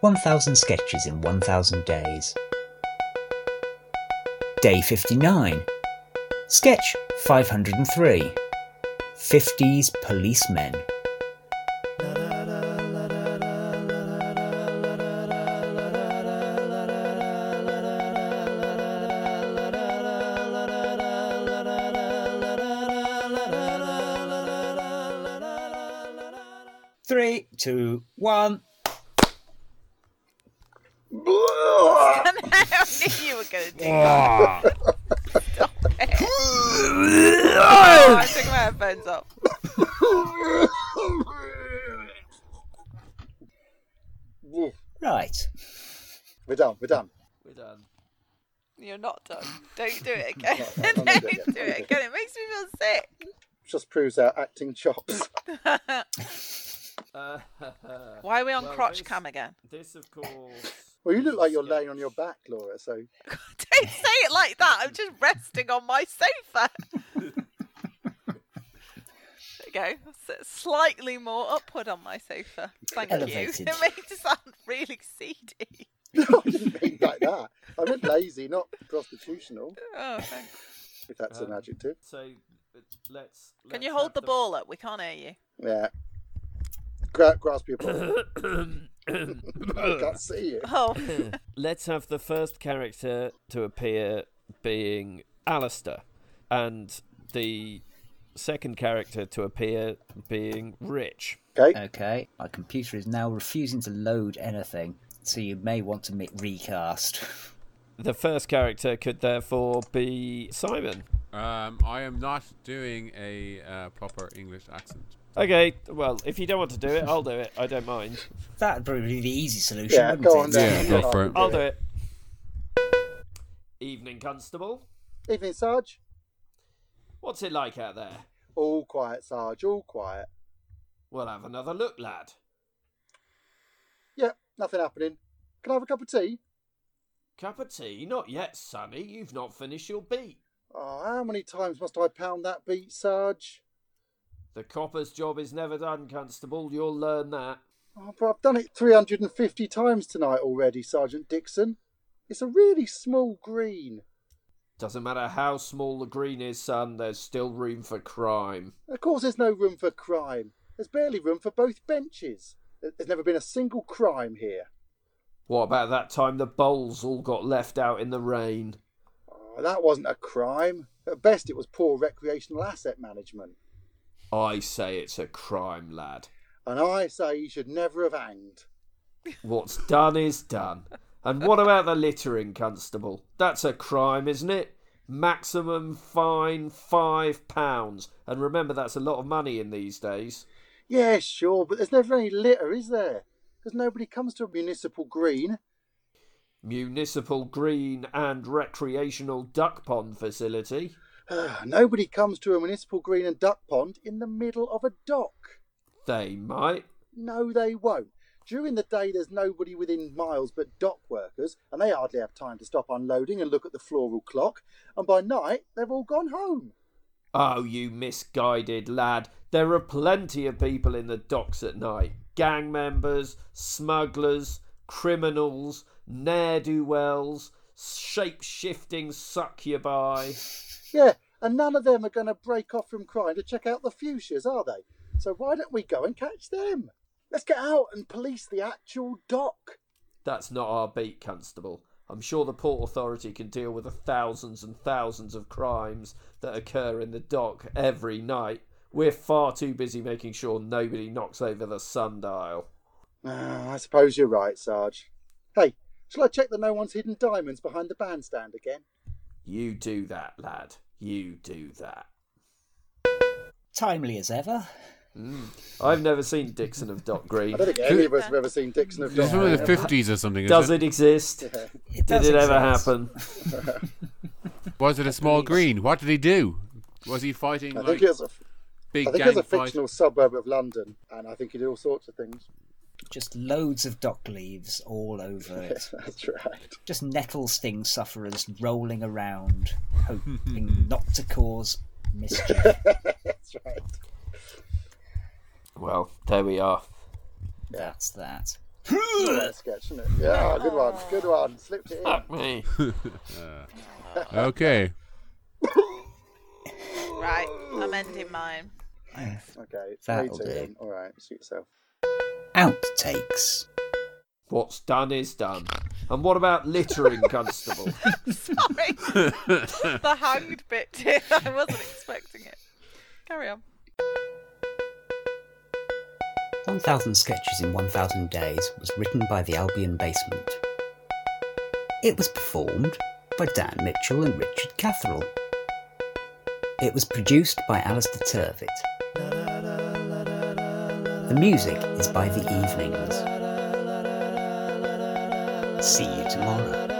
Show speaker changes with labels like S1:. S1: 1000 Sketches in 1000 Days. Day 59. Sketch 503 50s Policemen. Three, two, one.
S2: Blah!
S3: I knew you were going to do that. Oh, I took my headphones off.
S1: Right.
S2: We're done. We're done.
S4: We're done.
S3: You're not done. Don't do it again.
S2: No, no, no,
S3: Don't
S2: no,
S3: do
S2: no, no, no.
S3: it again. It makes me feel sick.
S2: Just proves our acting chops.
S4: Uh,
S3: Why are we on
S4: Well,
S3: crotch
S4: this-
S3: cam again?
S4: this, of course.
S2: Well, you look like you're
S4: Yeah.
S2: laying on your back, Laura. So
S3: Don't say it like that. I'm just resting on my sofa. there you go. S- Slightly more upward on my sofa. Thank
S1: Elevated.
S3: you. It made it sound really seedy.
S2: no, I didn't mean like that. I meant lazy, not prostitutional,
S3: Oh, thanks.
S2: if that's an
S4: Um,
S2: adjective.
S4: So uh, let's.
S3: Can
S4: let's
S3: you hold
S4: have
S3: the ball up? We can't hear you.
S2: Yeah. Gra- grasp your ball. I can't see you.
S3: Oh,
S4: let's have the first character to appear being Alistair, and the second character to appear being Rich.
S2: Okay.
S1: Okay. My computer is now refusing to load anything, so you may want to mi- recast.
S4: The first character could therefore be Simon.
S5: Um, I am not doing a uh, proper English accent.
S4: Okay, well, if you don't want to do it, I'll do it. I don't mind.
S1: That'd probably be the easy solution,
S2: Yeah,
S1: wouldn't
S2: go
S1: it?
S2: on then.
S5: Yeah, go for it.
S4: I'll do it. Evening, Constable.
S2: Evening, Sarge.
S4: What's it like out there?
S2: All quiet, Sarge. All quiet.
S4: We'll have another look, lad.
S2: Yep, nothing happening. Can I have a cup of tea?
S4: Cup of tea? Not yet, Sonny. You've not finished your beat.
S2: Oh, how many times must I pound that beat, Sarge?
S4: The copper's job is never done, Constable. You'll learn that.
S2: Oh, but I've done it 350 times tonight already, Sergeant Dixon. It's a really small green.
S4: Doesn't matter how small the green is, son, there's still room for crime.
S2: Of course, there's no room for crime. There's barely room for both benches. There- There's never been a single crime here.
S4: What about that time the bowls all got left out in the rain?
S2: Oh, that wasn't a crime. At best, it was poor recreational asset management.
S4: I say it's a crime, lad.
S2: And I say he should never have hanged.
S4: What's done is done. And what about the littering, Constable? That's a crime, isn't it? Maximum fine five pounds. And remember, that's a lot of money in these days.
S2: Yeah, sure, but there's never any litter, is there? Because nobody comes to a municipal green.
S4: Municipal green and recreational duck pond facility.
S2: nobody comes to a municipal green and duck pond in the middle of a dock.
S4: They might.
S2: No, they won't. During the day, there's nobody within miles but dock workers, and they hardly have time to stop unloading and look at the floral clock. And by night, they've all gone home.
S4: Oh, you misguided lad. There are plenty of people in the docks at night gang members, smugglers, criminals, ne'er do wells, shape shifting succubi.
S2: Yeah, and none of them are going to break off from crying to check out the fuchsias, are they? So why don't we go and catch them? Let's get out and police the actual dock.
S4: That's not our beat, Constable. I'm sure the Port Authority can deal with the thousands and thousands of crimes that occur in the dock every night. We're far too busy making sure nobody knocks over the sundial.
S2: Ah, I suppose you're right, Sarge. Hey, shall I check that no one's hidden diamonds behind the bandstand again?
S4: You do that, lad. You do that.
S1: Timely as ever.
S4: I've never seen Dixon of Dock Green.
S2: I don't think any of us have ever seen Dixon of
S5: It's from the
S2: Dock.
S5: fifties or something.
S4: Does it
S5: isn't
S4: exist?
S1: It
S4: Did
S1: does
S4: it ever
S1: exist.
S4: happen?
S5: it? Was it a small green? What did he do? Was he fighting
S2: I
S5: like
S2: think it's a
S5: big
S2: I think
S5: gang
S2: it's a
S5: fight?
S2: fictional suburb of London, and I think he did all sorts of things.
S1: Just loads of dock leaves all over it.
S2: That's right.
S1: Just nettle sting sufferers rolling around, hoping not to cause mischief.
S2: That's right.
S4: Well, there we are.
S1: That's that.
S2: Great sketch, isn't it? Yeah, good one. Good one. Slipped it in.
S4: me.
S5: Okay.
S3: Right, I'm ending mine.
S2: Okay, three,
S6: That'll
S2: two,
S6: do.
S2: then. All right, suit yourself.
S6: Outtakes.
S4: What's done is done. And what about littering, Constable?
S3: Sorry. the hanged bit did. I wasn't expecting it. Carry on.
S1: 1000 Sketches in 1000 Days was written by the Albion Basement. It was performed by Dan Mitchell and Richard Catherall. It was produced by Alistair Turvitt. The music is by The Evenings. See you tomorrow.